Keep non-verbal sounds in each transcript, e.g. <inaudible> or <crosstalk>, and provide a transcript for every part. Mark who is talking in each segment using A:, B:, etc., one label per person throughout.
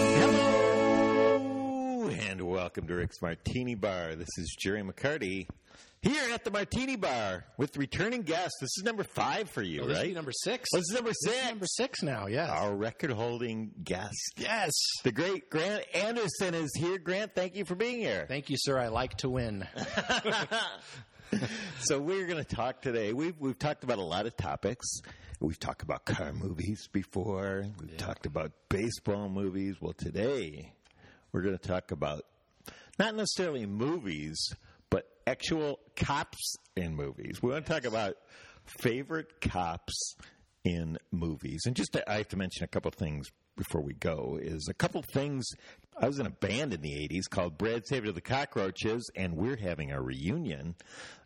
A: Hello and welcome to Rick's Martini Bar. This is Jerry McCarty here at the Martini Bar with returning guests. This is number five for you,
B: Oh, this should be
A: right?
B: number six.
A: This is number
B: This is
A: six.
B: number six now. Yes.
A: Our record-holding guest,
B: Yes.
A: the great Grant Anderson, is here. Grant, thank you for being here.
B: Thank you, sir. I like to win.
A: so we're going to talk today. We've we've talked about a lot of topics. We've talked about car movies before. We've talked about baseball movies. Well, today we're going to talk about not necessarily movies, but actual cops in movies. We want to talk about favorite cops in movies. And just to, I have to mention a couple things before we go is a couple things I was in a band in the 80s called Brad Saver to the Cockroaches and we're having a reunion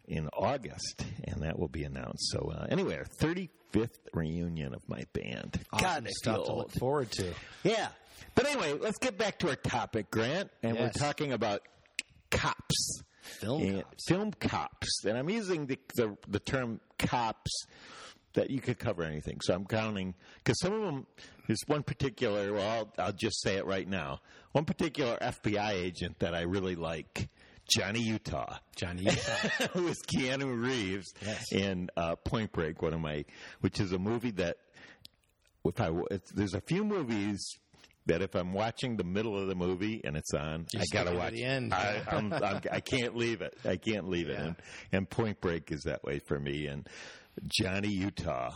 A: in August and that will be announced. So uh, anyway, our 35th reunion of my band.
B: Awesome
A: I
B: stuff
A: feel
B: to
A: old.
B: look forward to.
A: Yeah. But anyway, let's get back to our topic, Grant. And
B: Yes.
A: we're talking about cops.
B: Film
A: And-
B: cops.
A: Film cops. And I'm using the, the, the term cops that you could cover anything. So I'm counting, because some of them, there's one particular, well, I'll, I'll just say it right now. One particular FBI agent that I really like, Johnny Utah <laughs>
B: Johnny.
A: was Keanu Reeves
B: Yes.
A: in uh, Point Break, one of my, which is a movie that if I it's, there's a few movies that if I'm watching the middle of the movie and it's on,
B: You
A: I
B: stick
A: gotta
B: it to
A: watch
B: the end.
A: I, I'm, I'm, I can't leave it. I can't leave it.
B: Yeah.
A: And, and Point Break is that way for me. And Johnny Utah.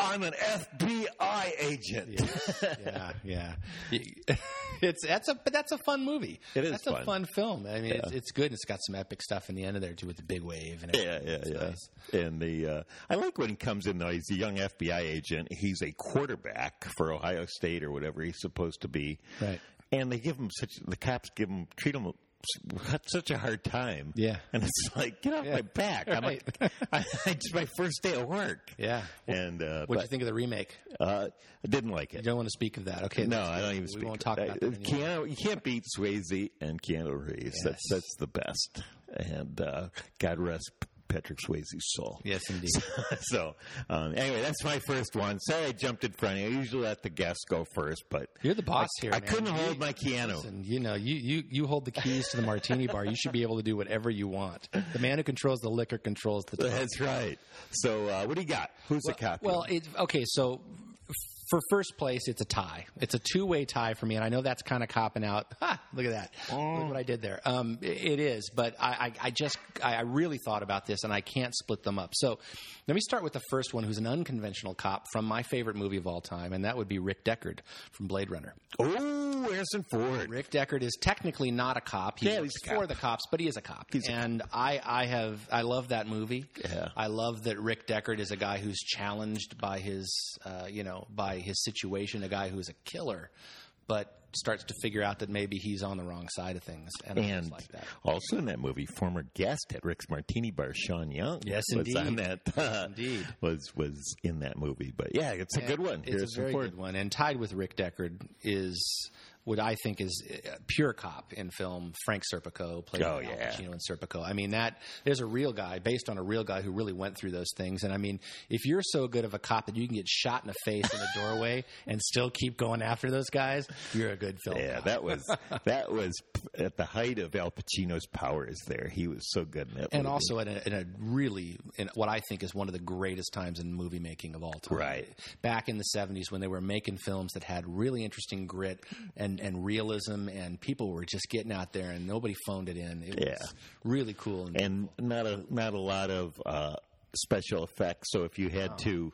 A: I'm an FBI agent.
B: <laughs> yeah, yeah. <laughs> It's that's a but that's a fun movie.
A: It is
B: That's
A: fun.
B: a fun film. I mean, it's, it's good. and It's got some epic stuff in the end of there too with the big wave and
A: Yeah,
B: everything.
A: yeah,
B: It's
A: yeah.
B: nice.
A: And the uh, I like when he comes in though. He's a young FBI agent. He's a quarterback for Ohio State or whatever he's supposed to be.
B: Right.
A: And they give him such the cops give him treat him with such a hard time.
B: Yeah.
A: And it's <laughs> like get off
B: Yeah.
A: my back. I'm
B: Right.
A: like, <laughs> I, it's my first day at work.
B: Yeah.
A: And uh,
B: What
A: but,
B: do you think of the remake?
A: Uh, I didn't like
B: You
A: it.
B: don't want to speak of that. Okay.
A: No,
B: that's
A: I
B: good.
A: don't even.
B: We
A: speak
B: won't
A: of
B: talk
A: it.
B: about that.
A: Uh,
B: anymore.
A: Keanu, you can't beat Swayze and Keanu Reeves. That's
B: Yes.
A: that's the best. And uh, God rest Patrick Swayze's soul.
B: Yes,
A: <laughs>
B: indeed.
A: so um, anyway, that's my first one. Sorry, I jumped in front. of you. I usually let the guests go first, but
B: You're the boss here.
A: I
B: man.
A: couldn't
B: You-
A: hold my Keanu.
B: Listen, you know, you, you, you hold the keys to the martini bar. You should be able to do whatever you want. The man who controls the liquor controls the.
A: <laughs> <laughs> That's right. So uh, what do you got? Who's the cop?
B: Well, it, okay, so f- for first place, it's a tie. It's a two way tie for me, and I know that's kind of copping out. <laughs> Ha, look at that. Look what I did there. Um, i- it is, but I, I, I just, I, I really thought about this, and I can't split them up. So let me start with the first one, who's an unconventional cop from my favorite movie of all time, and that would be Rick Deckard from Blade Runner.
A: oh, Harrison Ford.
B: Rick Deckard is technically not a cop. He
A: Yeah,
B: works
A: he's a cop.
B: for the cops, but he is a cop.
A: a
B: and I, I have, I love that movie.
A: Yeah.
B: I love that Rick Deckard is a guy who's challenged by his, uh, you know, by his situation. A guy who's a killer, but starts to figure out that maybe he's on the wrong side of things, and, I just
A: And
B: like that.
A: also in that movie, former guest at Rick's Martini Bar, Sean Young,
B: Yes,
A: was
B: indeed.
A: on that.
B: indeed.
A: was was in that movie. But yeah, it's a good one.
B: It's
A: Harrison
B: a very
A: Ford.
B: good one, and tied with Rick Deckard is what I think is uh, pure cop in film. Frank Serpico played
A: Oh,
B: Al
A: yeah.
B: Pacino in Serpico. I mean that there's a real guy based on a real guy who really went through those things. And I mean, if you're so good of a cop that you can get shot in the face
A: <laughs>
B: in a doorway and still keep going after those guys, you're a good film.
A: Yeah,
B: cop.
A: that
B: <laughs>
A: was that was at the height of Al Pacino's powers. There, he was so good in that.
B: and
A: movie.
B: also in a, in a really in what I think is one of the greatest times in movie making of all time.
A: Right.
B: back in the '70s when they were making films that had really interesting grit and and realism, and people were just getting out there and nobody phoned it in. It
A: Yeah.
B: was really cool. And,
A: and not a not a lot of uh, special effects. So if you had
B: Oh.
A: to,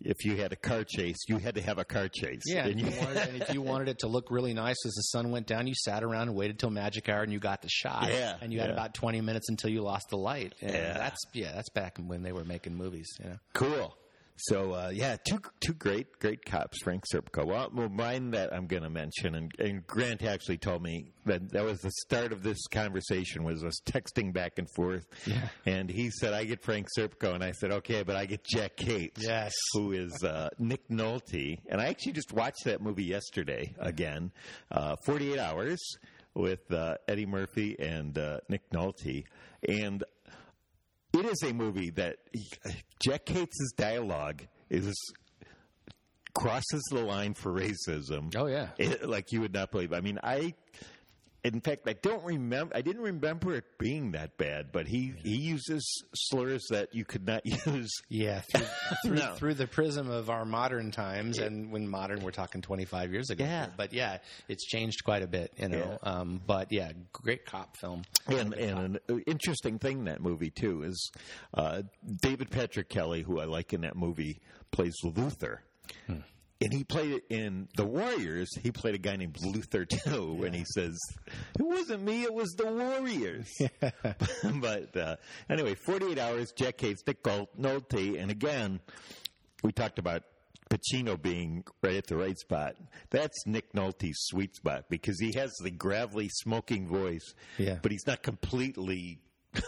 A: if you had a car chase, you had to have a car chase.
B: yeah,
A: And
B: and,
A: you- <laughs>
B: if you wanted, and if you wanted it to look really nice as the sun went down, you sat around and waited till magic hour, and you got the shot.
A: Yeah,
B: and you had
A: yeah.
B: about twenty minutes until you lost the light. And
A: Yeah.
B: that's yeah, that's back when they were making movies. You know,
A: cool. So uh, yeah, two two great great cops, Frank Serpico. Well, well mine that I'm going to mention, and, and Grant actually told me that that was the start of this conversation was us texting back and forth,
B: Yeah.
A: and he said I get Frank Serpico, and I said okay, but I get Jack Cates,
B: Yes.
A: who is uh, Nick Nolte, and I actually just watched that movie yesterday again, uh, 48 Hours with uh, Eddie Murphy and uh, Nick Nolte, and it is a movie that Jack Cates' dialogue is crosses the line for racism.
B: Oh, yeah.
A: It- like you would not believe. I mean, I in fact I don't remember. I didn't remember it being that bad, but he he uses slurs that you could not <laughs> use. <laughs>
B: Yeah, through, through,
A: No.
B: through the prism of our modern times, and when modern we're talking 25 years ago.
A: Yeah.
B: but yeah, it's changed quite a bit, you know. Um, but yeah, great cop film.
A: And, and an uh, interesting thing in that movie too is uh, David Patrick Kelly, who I like in that movie, plays Luther. And he played it in The Warriors. He played a guy named Luther too, and he says, "It wasn't me. It was the Warriors." <laughs> but uh, anyway, forty-eight hours. Jack Cates, Nick Gol- Nolte, and again, we talked about Pacino being right at the right spot. That's Nick Nolte's sweet spot because he has the gravelly, smoking voice,
B: Yeah.
A: but he's not completely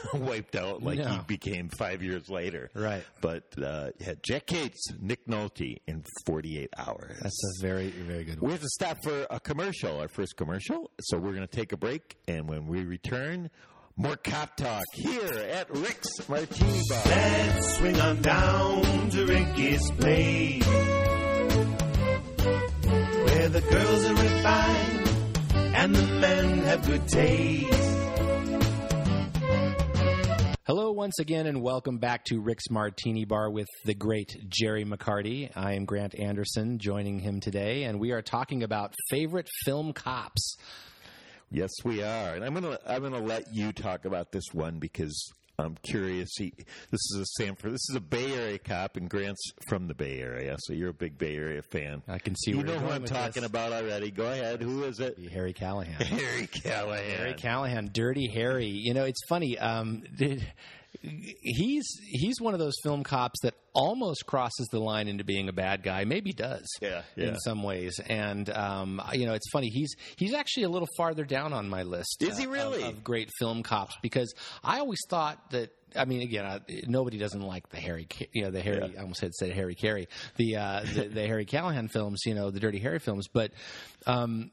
A: <laughs> wiped out like he
B: No.
A: became five years later.
B: Right.
A: But uh, yeah, Jack Cates, Nick Nolte in 48 hours.
B: That's a very very good one.
A: we have to stop for a commercial, our first commercial. So we're going to take a break, and when we return, more cop talk here at Rick's Martini Bar.
C: Let's swing on down to Ricky's place. Where the girls are refined and the men have good taste.
B: Hello, once again, and welcome back to Rick's Martini Bar with the great Jerry McCarty. I am Grant Anderson, joining him today, and we are talking about favorite film cops.
A: Yes, we are, and I'm gonna I'm gonna let you talk about this one because I'm curious. He, this is a Sanford. This is a Bay Area cop, and Grant's from the Bay Area, so you're a big Bay Area fan.
B: I can see
A: you
B: where
A: know
B: you're
A: who
B: going
A: I'm
B: with
A: talking
B: this.
A: about already. Go ahead. Who is it?
B: Harry Callahan.
A: Harry Callahan.
B: Harry Callahan, Dirty Harry. You know, it's funny. Um, did, he's he's one of those film cops that almost crosses the line into being a bad guy. Maybe does.
A: Yeah, yeah.
B: In some ways, and um, you know, it's funny. He's he's actually a little farther down on my list. uh,
A: Is he
B: of-
A: really?
B: of great film cops? Because I always thought that. I mean, again, I, nobody doesn't like the Harry, Ca- you know, the Harry. I almost said said Harry Carey, the, uh, the the <laughs> Harry Callahan films, you know, the Dirty Harry films. But um,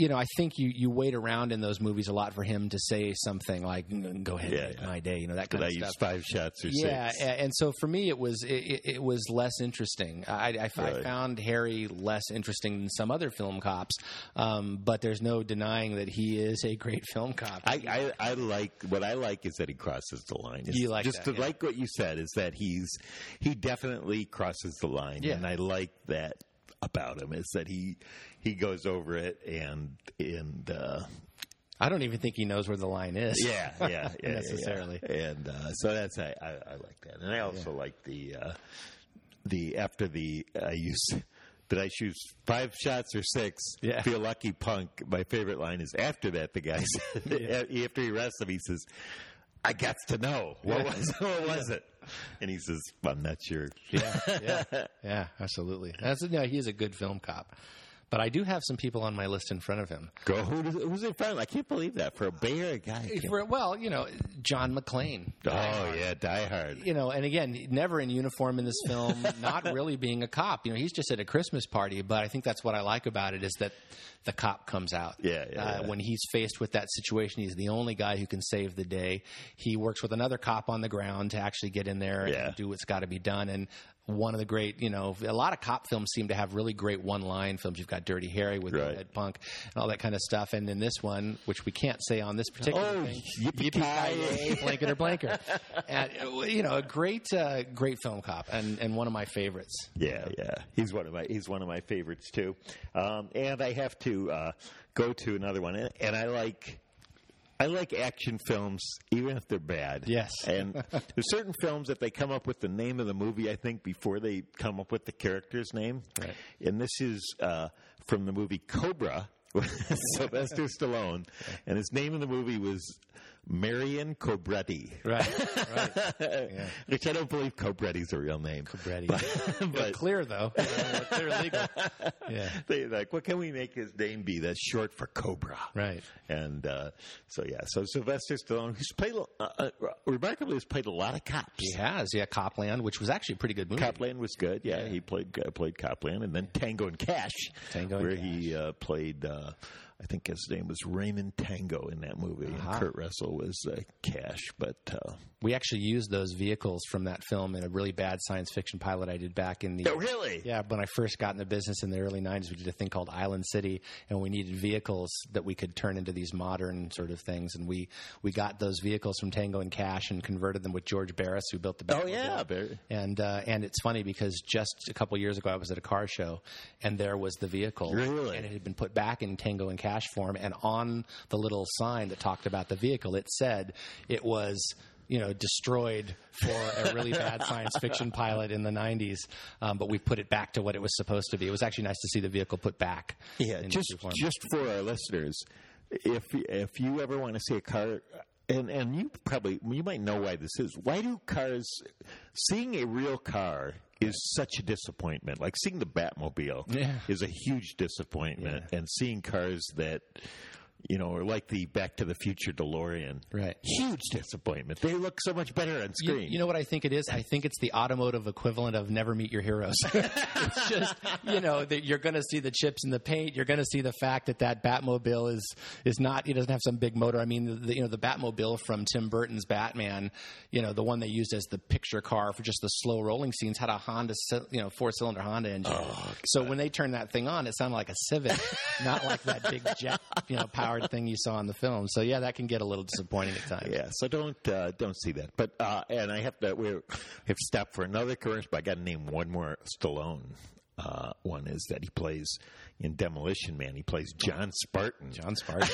B: you know, I think you, you wait around in those movies a lot for him to say something like, "Mm, "Go ahead,
A: Yeah,
B: make
A: yeah.
B: my day," you know, that
A: Did
B: kind
A: I
B: of stuff.
A: use five shots or
B: Yeah,
A: six?
B: a- and so for me, it was it, it- it was less interesting. I, I, I
A: Right.
B: found Harry less interesting than some other film cops, um, but there's no denying that he is a great <laughs> film cop.
A: I, I, I like what I like is that he crosses the line. It's
B: You like
A: just
B: that,
A: to
B: yeah.
A: like what you said is that he's he definitely crosses the line,
B: Yeah.
A: and I like that about him is that he he goes over it and and uh,
B: I don't even think he knows where the line is. <laughs>
A: yeah yeah, yeah yeah,
B: Necessarily.
A: yeah. and uh, so that's I, I, I like that, and I also like the uh, the after the I use. Did I shoot five shots or six?
B: Yeah.
A: Feel lucky, punk. My favorite line is after that. The guy,
B: <laughs>
A: said, <laughs> after he arrests him, he says, "I got to know what was <laughs> what was it?" And he says, "I'm not sure."
B: yeah, yeah, absolutely. That's no, he is a good film cop. But I do have some people on my list in front of him.
A: <laughs> Go. Who does, who's it from? I can't believe that for a Bay Area guy. I can't-
B: For- well, you know, John McClane.
A: oh yeah, Die Hard.
B: you know, and again, never in uniform in this
A: <laughs>
B: film, not really being a cop. You know, he's just at a Christmas party, but I think that's what I like about it is that the cop comes out.
A: Yeah, yeah,
B: uh,
A: yeah.
B: When he's faced with that situation, he's the only guy who can save the day. He works with another cop on the ground to actually get in there
A: Yeah.
B: and do what's got to be done. And one of the great, you know, a lot of cop films seem to have really great one line films. You've got Dirty Harry with
A: Right.
B: Ed Punk and all that kind of stuff. And then this one, which we can't say on this particular
A: Oh,
B: thing,
A: yippee!
B: blanket or blanker. And, you know, a great, uh, great film cop, and, and one of my favorites.
A: Yeah, yeah, he's one of my he's one of my favorites too. Um, and I have to uh, go to another one, and, and I like I like action films, even if they're bad.
B: Yes. <laughs>
A: and there's certain films that they come up with the name of the movie, I think, before they come up with the character's name.
B: Right.
A: And this is uh, from <laughs> the movie Cobra. with Sylvester Stallone, and his name in the movie was Marion Cobretti,
B: Right. Right.
A: which I don't believe Cobretti's a real name.
B: Cobretti.
A: But,
B: They're
A: <laughs> but
B: clear though. They're <laughs> clear legal. Yeah.
A: <laughs> they like, what can we make his name be? That's short for Cobra.
B: Right.
A: And uh, so yeah, so Sylvester Stallone, who's played uh, uh, remarkably, has played a lot of cops.
B: He has. Yeah. Copland, which was actually a pretty good movie.
A: Copland was good. Yeah, he played uh, played Copland, and then Tango and Cash,
B: Tango and
A: where he uh, played. Uh, I think his name was Raymond Tango in that movie.
B: Uh-huh.
A: And Kurt Russell was uh, Cash, but uh,
B: we actually used those vehicles from that film in a really bad science fiction pilot I did back in the
A: really,
B: Yeah, when I first got in the business in the early 90s, we did a thing called Island City, and we needed vehicles that we could turn into these modern sort of things. And we, we got those vehicles from Tango and Cash and converted them with George Barris, who built the
A: oh
B: Batmobile.
A: yeah, very-
B: And, uh, and it's funny because just a couple years ago, I was at a car show, and there was the vehicle.
A: Really?
B: And it had been put back in Tango and Cash form, and on the little sign that talked about the vehicle, it said it was. You know, destroyed for a really
A: <laughs>
B: bad science fiction pilot in the '90s, um, but we put it back to what it was supposed to be. It was actually nice to see the vehicle put back.
A: Yeah,
B: in
A: just
B: true form.
A: just for our listeners, if if you ever want to see a car, and and you probably you might know why this is. Why do cars seeing a real car is such a disappointment? Like seeing the Batmobile
B: Yeah.
A: is a huge disappointment, and seeing cars that. You know, are like the Back to the Future DeLorean.
B: Right.
A: Huge disappointment. They look so much better on
B: You,
A: screen.
B: you know what I think it is? I think it's the automotive equivalent of never meet your heroes. <laughs> it's just you know that you're going to see the chips in the paint. You're going to see the fact that that Batmobile is is not. It doesn't have some big motor. I mean, the, the, you know, the Batmobile from Tim Burton's Batman. You know, the one they used as the picture car for just the slow rolling scenes had a Honda, cy- you know, four cylinder Honda engine.
A: Oh,
B: so when they turned that thing on, it sounded like a Civic, <laughs> not like that big jet, you know, powered thing you saw in the film. So yeah, that can get a little disappointing at times.
A: Yeah, so don't uh, don't see that. But uh, and I have to we have to stop for another commercial. But I got to name one more Stallone. Uh, one is that he plays in Demolition Man. He plays John Spartan,
B: John Spartan.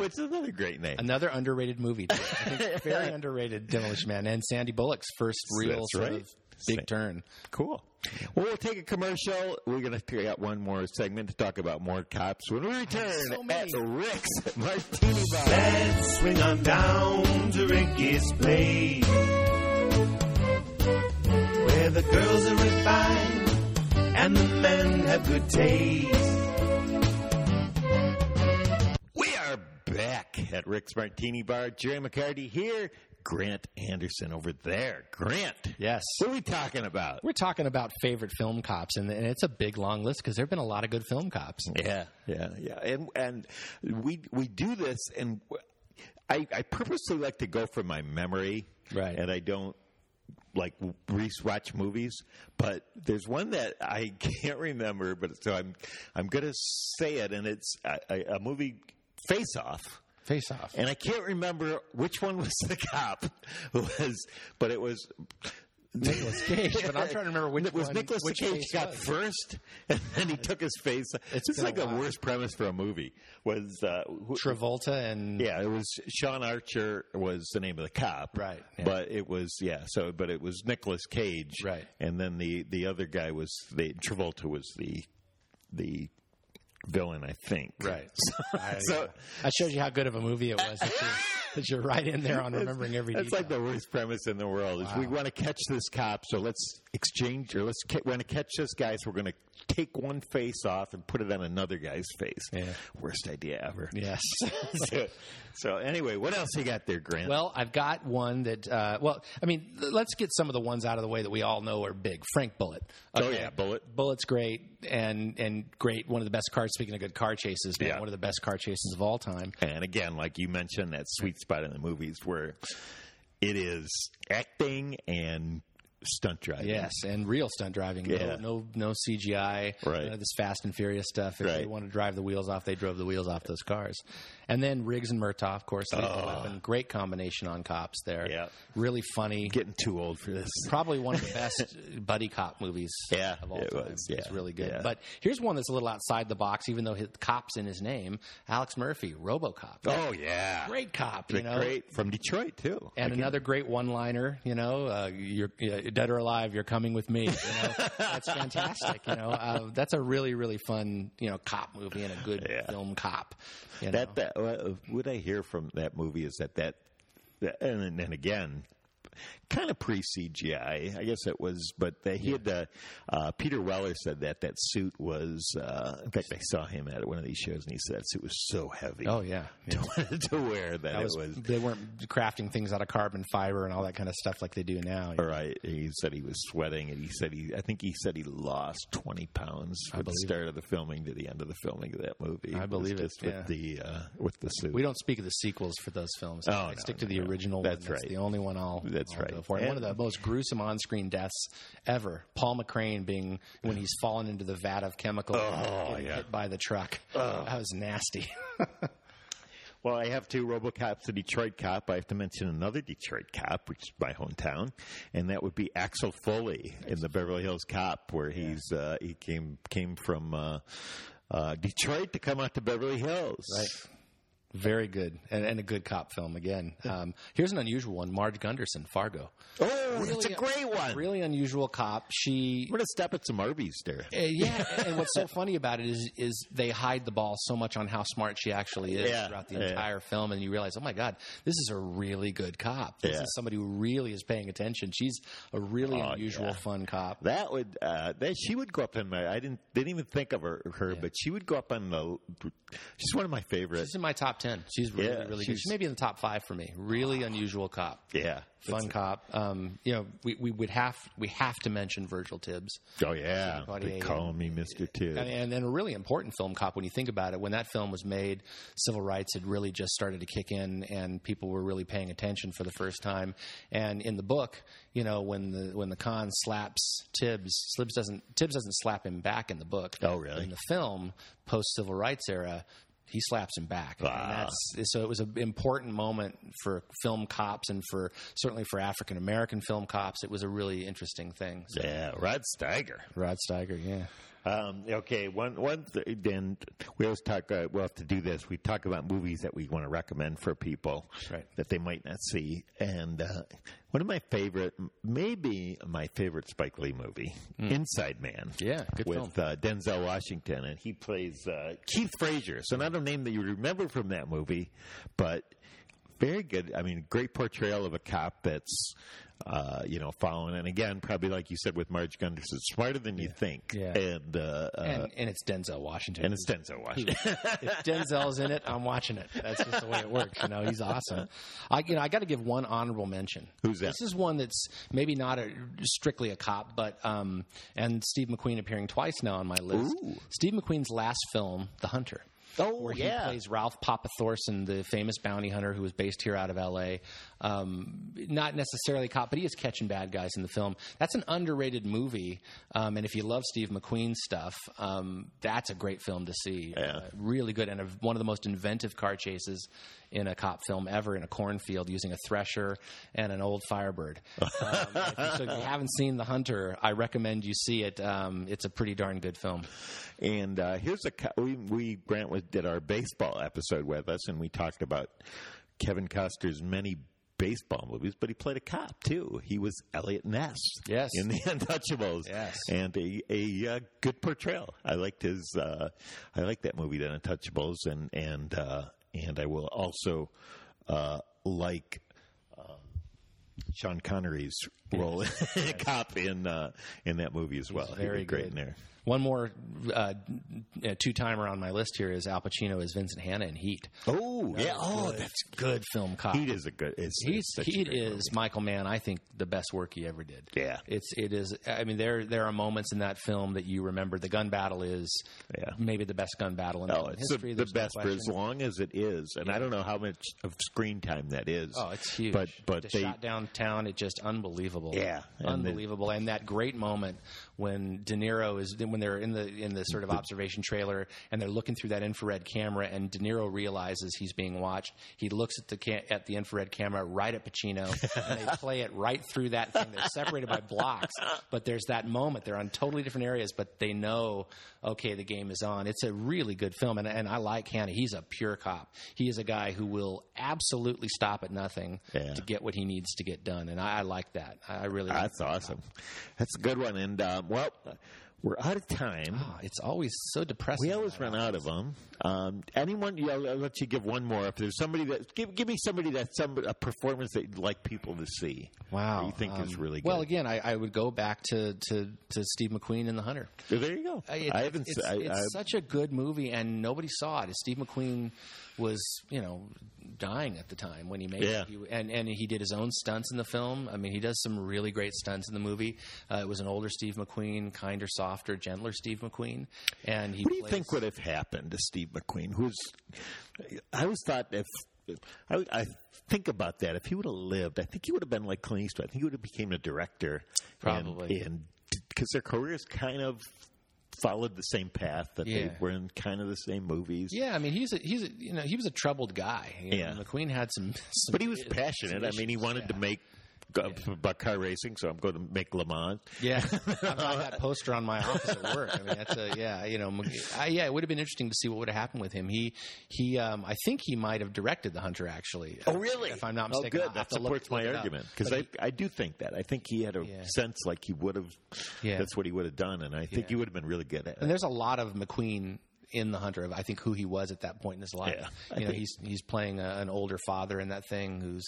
A: <laughs> which is another great name.
B: Another underrated movie. too. I think <laughs> very underrated Demolition Man and Sandy Bullock's first real
A: That's
B: sort
A: right.
B: of big
A: Sa-
B: turn.
A: Cool. Well, we'll take a commercial. We're going to figure out one more segment to talk about more cops when we return
B: So
A: at
B: many.
A: Rick's Martini Bar.
C: Let's swing on down to Ricky's place. Where the girls are refined and the men have good taste.
A: We are back at Rick's Martini Bar. Jerry McCarty here. Grant Anderson over there. Grant.
B: Yes.
A: What are we talking about?
B: We're talking about favorite film cops, and, and it's a big long list because there have been a lot of good film cops.
A: Yeah, yeah, yeah. And and we we do this, and I I purposely like to go from my memory,
B: Right.
A: And I don't like re-watch movies, but there's one that I <laughs> can't remember, but so I'm I'm gonna say it, and it's a, a, a movie. Face Off,
B: Face <laughs> Off.
A: and I can't remember which one was <laughs> the cop who was, but it was
B: Nicholas Cage, but I'm trying to remember which
A: it was
B: one-
A: Nicholas
B: which
A: Cage
B: face
A: got
B: was.
A: first, <laughs> and then he took his face. It's this is
B: been a
A: like the
B: while.
A: worst premise for a movie. Was uh, who,
B: Travolta and
A: yeah, it was Sean Archer was the name of the cop,
B: Right, yeah.
A: But it was yeah, so but it was Nicholas Cage,
B: Right.
A: And then the the other guy was the Travolta was the the villain, I think,
B: right.
A: <laughs>
B: I-
A: So-
B: that shows you how good of a movie it was. That you're, <laughs> that you're right in there on remembering every
A: That's
B: detail.
A: like the worst premise in the world. Is we want to catch this cop, so let's exchange, or let's ca- want to catch this guy, so we're going to take one face off and put it on another guy's face.
B: Yeah.
A: Worst idea
B: <laughs>
A: ever. <laughs>
B: yes.
A: so, so anyway, what else you got there, Grant?
B: Well, I've got one that. Uh, well, I mean, l- let's get some of the ones out of the way that we all know are big. Frank Bullet.
A: oh yeah, bullet.
B: Bullet's great and and great. One of the best cars. Speaking of good car chases, man,
A: Yeah.
B: one of the best car chases of all time.
A: And again, like you mentioned, that sweet spot in the movies where it is acting and stunt driving.
B: Yes, and real stunt driving. No-
A: Yeah.
B: No, no, CGI.
A: Right.
B: none of this Fast and Furious stuff. If they
A: Right.
B: wanted to drive the wheels off, they drove the wheels off those cars. And then Riggs and Murtaugh, of course, Lethal Weapon. Great combination on cops there.
A: Oh. Yeah.
B: Really funny.
A: Getting too old for this.
B: probably one of the best <laughs> buddy cop movies
A: Yeah,
B: of all
A: it
B: time.
A: was, yeah,
B: It's really good.
A: yeah.
B: But here's one that's a little outside the box, even though his cop's in his name. Alex Murphy, RoboCop.
A: Oh yeah,
B: Great cop,
A: The
B: you know.
A: great from Detroit too.
B: And
A: Like,
B: another great one-liner, you know, uh, you're, uh dead or alive, you're coming with me. You know? that's fantastic. You know, uh, that's a really, really fun, you know, cop movie and a good
A: Yeah.
B: film cop. You know?
A: That, that uh, what I hear from that movie is that that the, and then- then again, kind of pre CGI, I guess it was, but they, he had the uh, Peter Weller said that that suit was. Uh, in fact, I saw him at one of these shows, and he said that suit was so heavy.
B: Oh yeah,
A: To, <laughs> to wear that,
B: That
A: it
B: was,
A: was
B: they weren't crafting things out of carbon fiber and all that kind of stuff like they do now.
A: Right. He said he was sweating, and he said he. I think he said he lost twenty pounds from the
B: believe
A: start of the filming to the end of the filming of that movie.
B: I
A: was
B: believe it,
A: just
B: yeah.
A: With the uh, with the suit.
B: We don't speak of the sequels for those films.
A: Oh,
B: I
A: no,
B: stick to
A: no,
B: the
A: no.
B: original.
A: That's
B: one. That's
A: right.
B: The only one I'll.
A: That's
B: I'll
A: right.
B: Go for. And one of the most gruesome on-screen deaths ever. Paul McCrane being when he's fallen into the vat of chemical,
A: Oh,
B: getting
A: yeah. Oh.
B: hit by the truck. That was nasty. <laughs>
A: Well, I have two RoboCops, a Detroit cop. I have to mention another Detroit cop, which is my hometown, and that would be Axel Foley in the Beverly Hills Cop, where he's uh, he came came from uh, uh, Detroit to come out to Beverly Hills.
B: Right. Very good, and, and a good cop film again. Um, here's an unusual one: Marge Gunderson, Fargo.
A: Oh, it's a
B: Really- uh,
A: great one.
B: Really unusual cop. She
A: We're gonna stop at some Arby's there.
B: Uh, yeah, <laughs> and what's
A: <laughs>
B: so funny about it is is they hide the ball so much on how smart she actually is
A: Yeah,
B: throughout the
A: yeah.
B: entire film, and you realize, oh my god, this is a really good cop. This
A: Yeah.
B: is somebody who really is paying attention. She's a really
A: Oh,
B: unusual,
A: yeah.
B: fun cop.
A: That would uh, that she would go up in my. I didn't didn't even think of her, her but she would go up on the. She's one of my favorites.
B: She's in my top ten. She's really,
A: Yeah,
B: really good.
A: she's- Ah.
B: She may be in the top five for me. Really unusual cop.
A: Yeah,
B: Fun cop. Um, you know, we, we would have we have to mention Virgil Tibbs.
A: Oh yeah,
B: Buddy,
A: they call me Mister Two.
B: and, and, and a really important film cop when you think about it when that film was made civil rights had really just started to kick in and people were really paying attention for the first time and in the book you know when the when the con slaps tibbs tibbs doesn't tibbs doesn't slap him back in the book
A: Oh, really?
B: in the film post civil rights era he slaps him back. And
A: Wow.
B: that's, so it was an important moment for film cops and for certainly for African American film cops. It was a really interesting thing. So,
A: yeah, Rod Steiger.
B: Rod Steiger, yeah.
A: Um, okay, one one th- then we always talk. Uh, we'll have to do this. We talk about movies that we want to recommend for people
B: Right.
A: that they might not see. And uh, one of my favorite, maybe my favorite Spike Lee movie, Inside Man.
B: Hmm. Yeah, good film.
A: with uh, Denzel Washington, and he plays uh, Keith Frazier. So not a name that you remember from that movie, but very good. I mean, great portrayal of a cop that's uh, you know following, and again, probably like you said with Marge Gunderson, smarter than you think,
B: Yeah.
A: and. Uh, uh,
B: and, and it's Denzel Washington.
A: and it's Denzel Washington.
B: if Denzel's in it, I'm watching it. That's just the way it works. You know, he's awesome. I you know I got to give one honorable mention.
A: Who's that?
B: This is one that's maybe not a, strictly a cop, but um, and Steve McQueen appearing twice now on my list.
A: Ooh.
B: Steve McQueen's last film, The Hunter.
A: Oh,
B: where
A: yeah.
B: he plays Ralph Papa Thorson, the famous bounty hunter who was based here out of L.A. Um, not necessarily cop, but he is catching bad guys in the film. That's an underrated movie, um, and if you love Steve McQueen stuff, um, that's a great film to see.
A: Yeah.
B: Uh, really good and a, one of the most inventive car chases in a cop film ever in a cornfield using a thresher and an old
A: <laughs>
B: firebird um, if you- so if you haven't seen the hunter i recommend you see it um, it's a pretty darn good film
A: and uh, here's a co- we, we Grant was, did our baseball episode with us, and we talked about Kevin Costner's many baseball movies, but he played a cop too. He was Elliot Ness,
B: Yes.
A: in the <laughs> Untouchables,
B: Yes.
A: and a, a uh, good portrayal. I liked his. Uh, I liked that movie, The Untouchables, and and uh, and I will also uh, like. um, Sean Connery's role in <laughs> cop in uh, in that movie as well. he
B: very
A: did great
B: good.
A: in there.
B: one more uh, two timer on my list here is al pacino as vincent hanna in heat
A: Oh yeah, oh
B: that's good film cop
A: Heat is a good. It's,
B: He's,
A: it's such a
B: Heat
A: great
B: is Michael Mann. I think the best work he ever did.
A: Yeah.
B: it's it is. I mean, there there are moments in that film that you remember. The gun battle is
A: Yeah.
B: maybe the best gun battle in
A: movie. Oh,
B: film
A: it's
B: history.
A: the, the
B: There's no
A: best for as
B: question.
A: long as it is, and I don't know how much of screen time that is.
B: Oh, it's huge.
A: But but
B: the
A: they
B: shot downtown, it just unbelievable.
A: Yeah, and
B: unbelievable. and that great moment when De Niro is when they're in the in the sort of observation trailer and they're looking through that infrared camera, and De Niro realizes he's being watched. He looks at the ca- at the infrared camera right at Pacino,
A: <laughs>
B: and they play it right through that thing. They're separated by blocks, but there's that moment. They're on totally different areas, but they know okay, the game is on. It's a really good film, and and I like Hannah. He's a pure cop. He is a guy who will absolutely stop at nothing
A: Yeah.
B: to get what he needs to get done, and I, I like that. I I really.
A: that's awesome. That's a good one. And um, uh, well, We're out of time.
B: Oh, it's always so depressing.
A: We always run out of them. Um, anyone? Yeah, I'll, I'll let you give one more. If there's somebody that give, give me somebody that's some a performance that you'd like people to see.
B: Wow,
A: that you think is
B: um,
A: really good?
B: Well, again, I, I would go back to, to, to Steve McQueen and the Hunter.
A: there you go.
B: Uh, it-
A: I haven't.
B: It's,
A: s- I-
B: it's
A: I-
B: such a good movie, and nobody saw it. Steve McQueen was, you know, dying at the time when he made
A: Yeah.
B: it. He, and and he did his own stunts in the film. I mean, he does some really great stunts in the movie. Uh, it was an older Steve McQueen, kinder, softer, gentler Steve McQueen, and he.
A: What do you
B: plays-
A: think would have happened to Steve McQueen? Who's I always thought if I, I think about that, if he would have lived, I think he would have been like Clint Eastwood. I think he would have became a director, and-
B: Probably.
A: and because their careers kind of followed the same path that they
B: Yeah.
A: were in, kind of the same movies.
B: Yeah, I mean, he's a, he's a, you know he was a troubled guy. You know,
A: Yeah.
B: McQueen had some, some
A: But he was passionate. I mean, he wanted to make go- about car racing, so I'm going to make Le Mans.
B: Yeah,
A: <laughs>
B: I've got that poster on my office at work. I mean, that's a yeah, you know, I, yeah. It would have been interesting to see what would have happened with him. He he, um, I think he might have directed the Hunter actually.
A: Oh, really?
B: If I'm not
A: Oh,
B: mistaken,
A: good.
B: I'll have
A: that
B: to look-
A: supports my
B: look it up.
A: argument because
B: But
A: I,
B: he-
A: I do think that. I think he had a
B: Yeah.
A: sense like he would have.
B: Yeah.
A: That's what he would have done, and I think
B: Yeah.
A: he would have been really good at
B: and
A: it.
B: there's a lot of McQueen in the Hunter of I think who he was at that point in his life.
A: Yeah, I
B: you know,
A: think-
B: he's he's playing a, an older father in that thing who's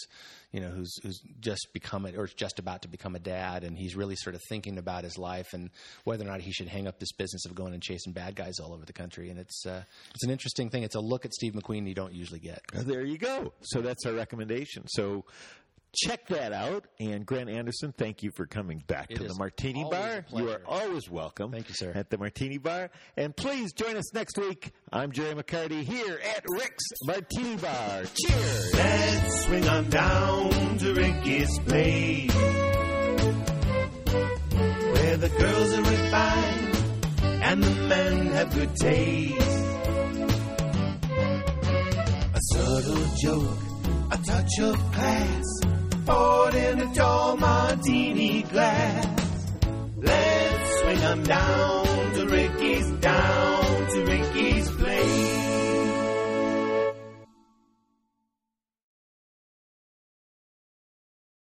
B: you know who's who's just become a, or is just about to become a dad, and he's really sort of thinking about his life and whether or not he should hang up this business of going and chasing bad guys all over the country. And it's uh, it's an interesting thing. It's a look at Steve McQueen you don't usually get.
A: Uh, There you go. So that's our recommendation. So check that out. And Grant Anderson, thank you for coming back to the
B: is
A: Martini
B: always
A: Bar.
B: a
A: You are
B: pleasure.
A: always welcome.
B: Thank you, sir.
A: At the Martini Bar. And please join us next week. I'm Jerry McCarty here at Rick's Martini Bar.
B: <laughs>
A: Cheers.
C: Let's swing on down to Ricky's place. Where the girls are refined and the men have good taste. A subtle joke, a touch of class, poured in a tall martini glass. Let's swing on down to Ricky's down.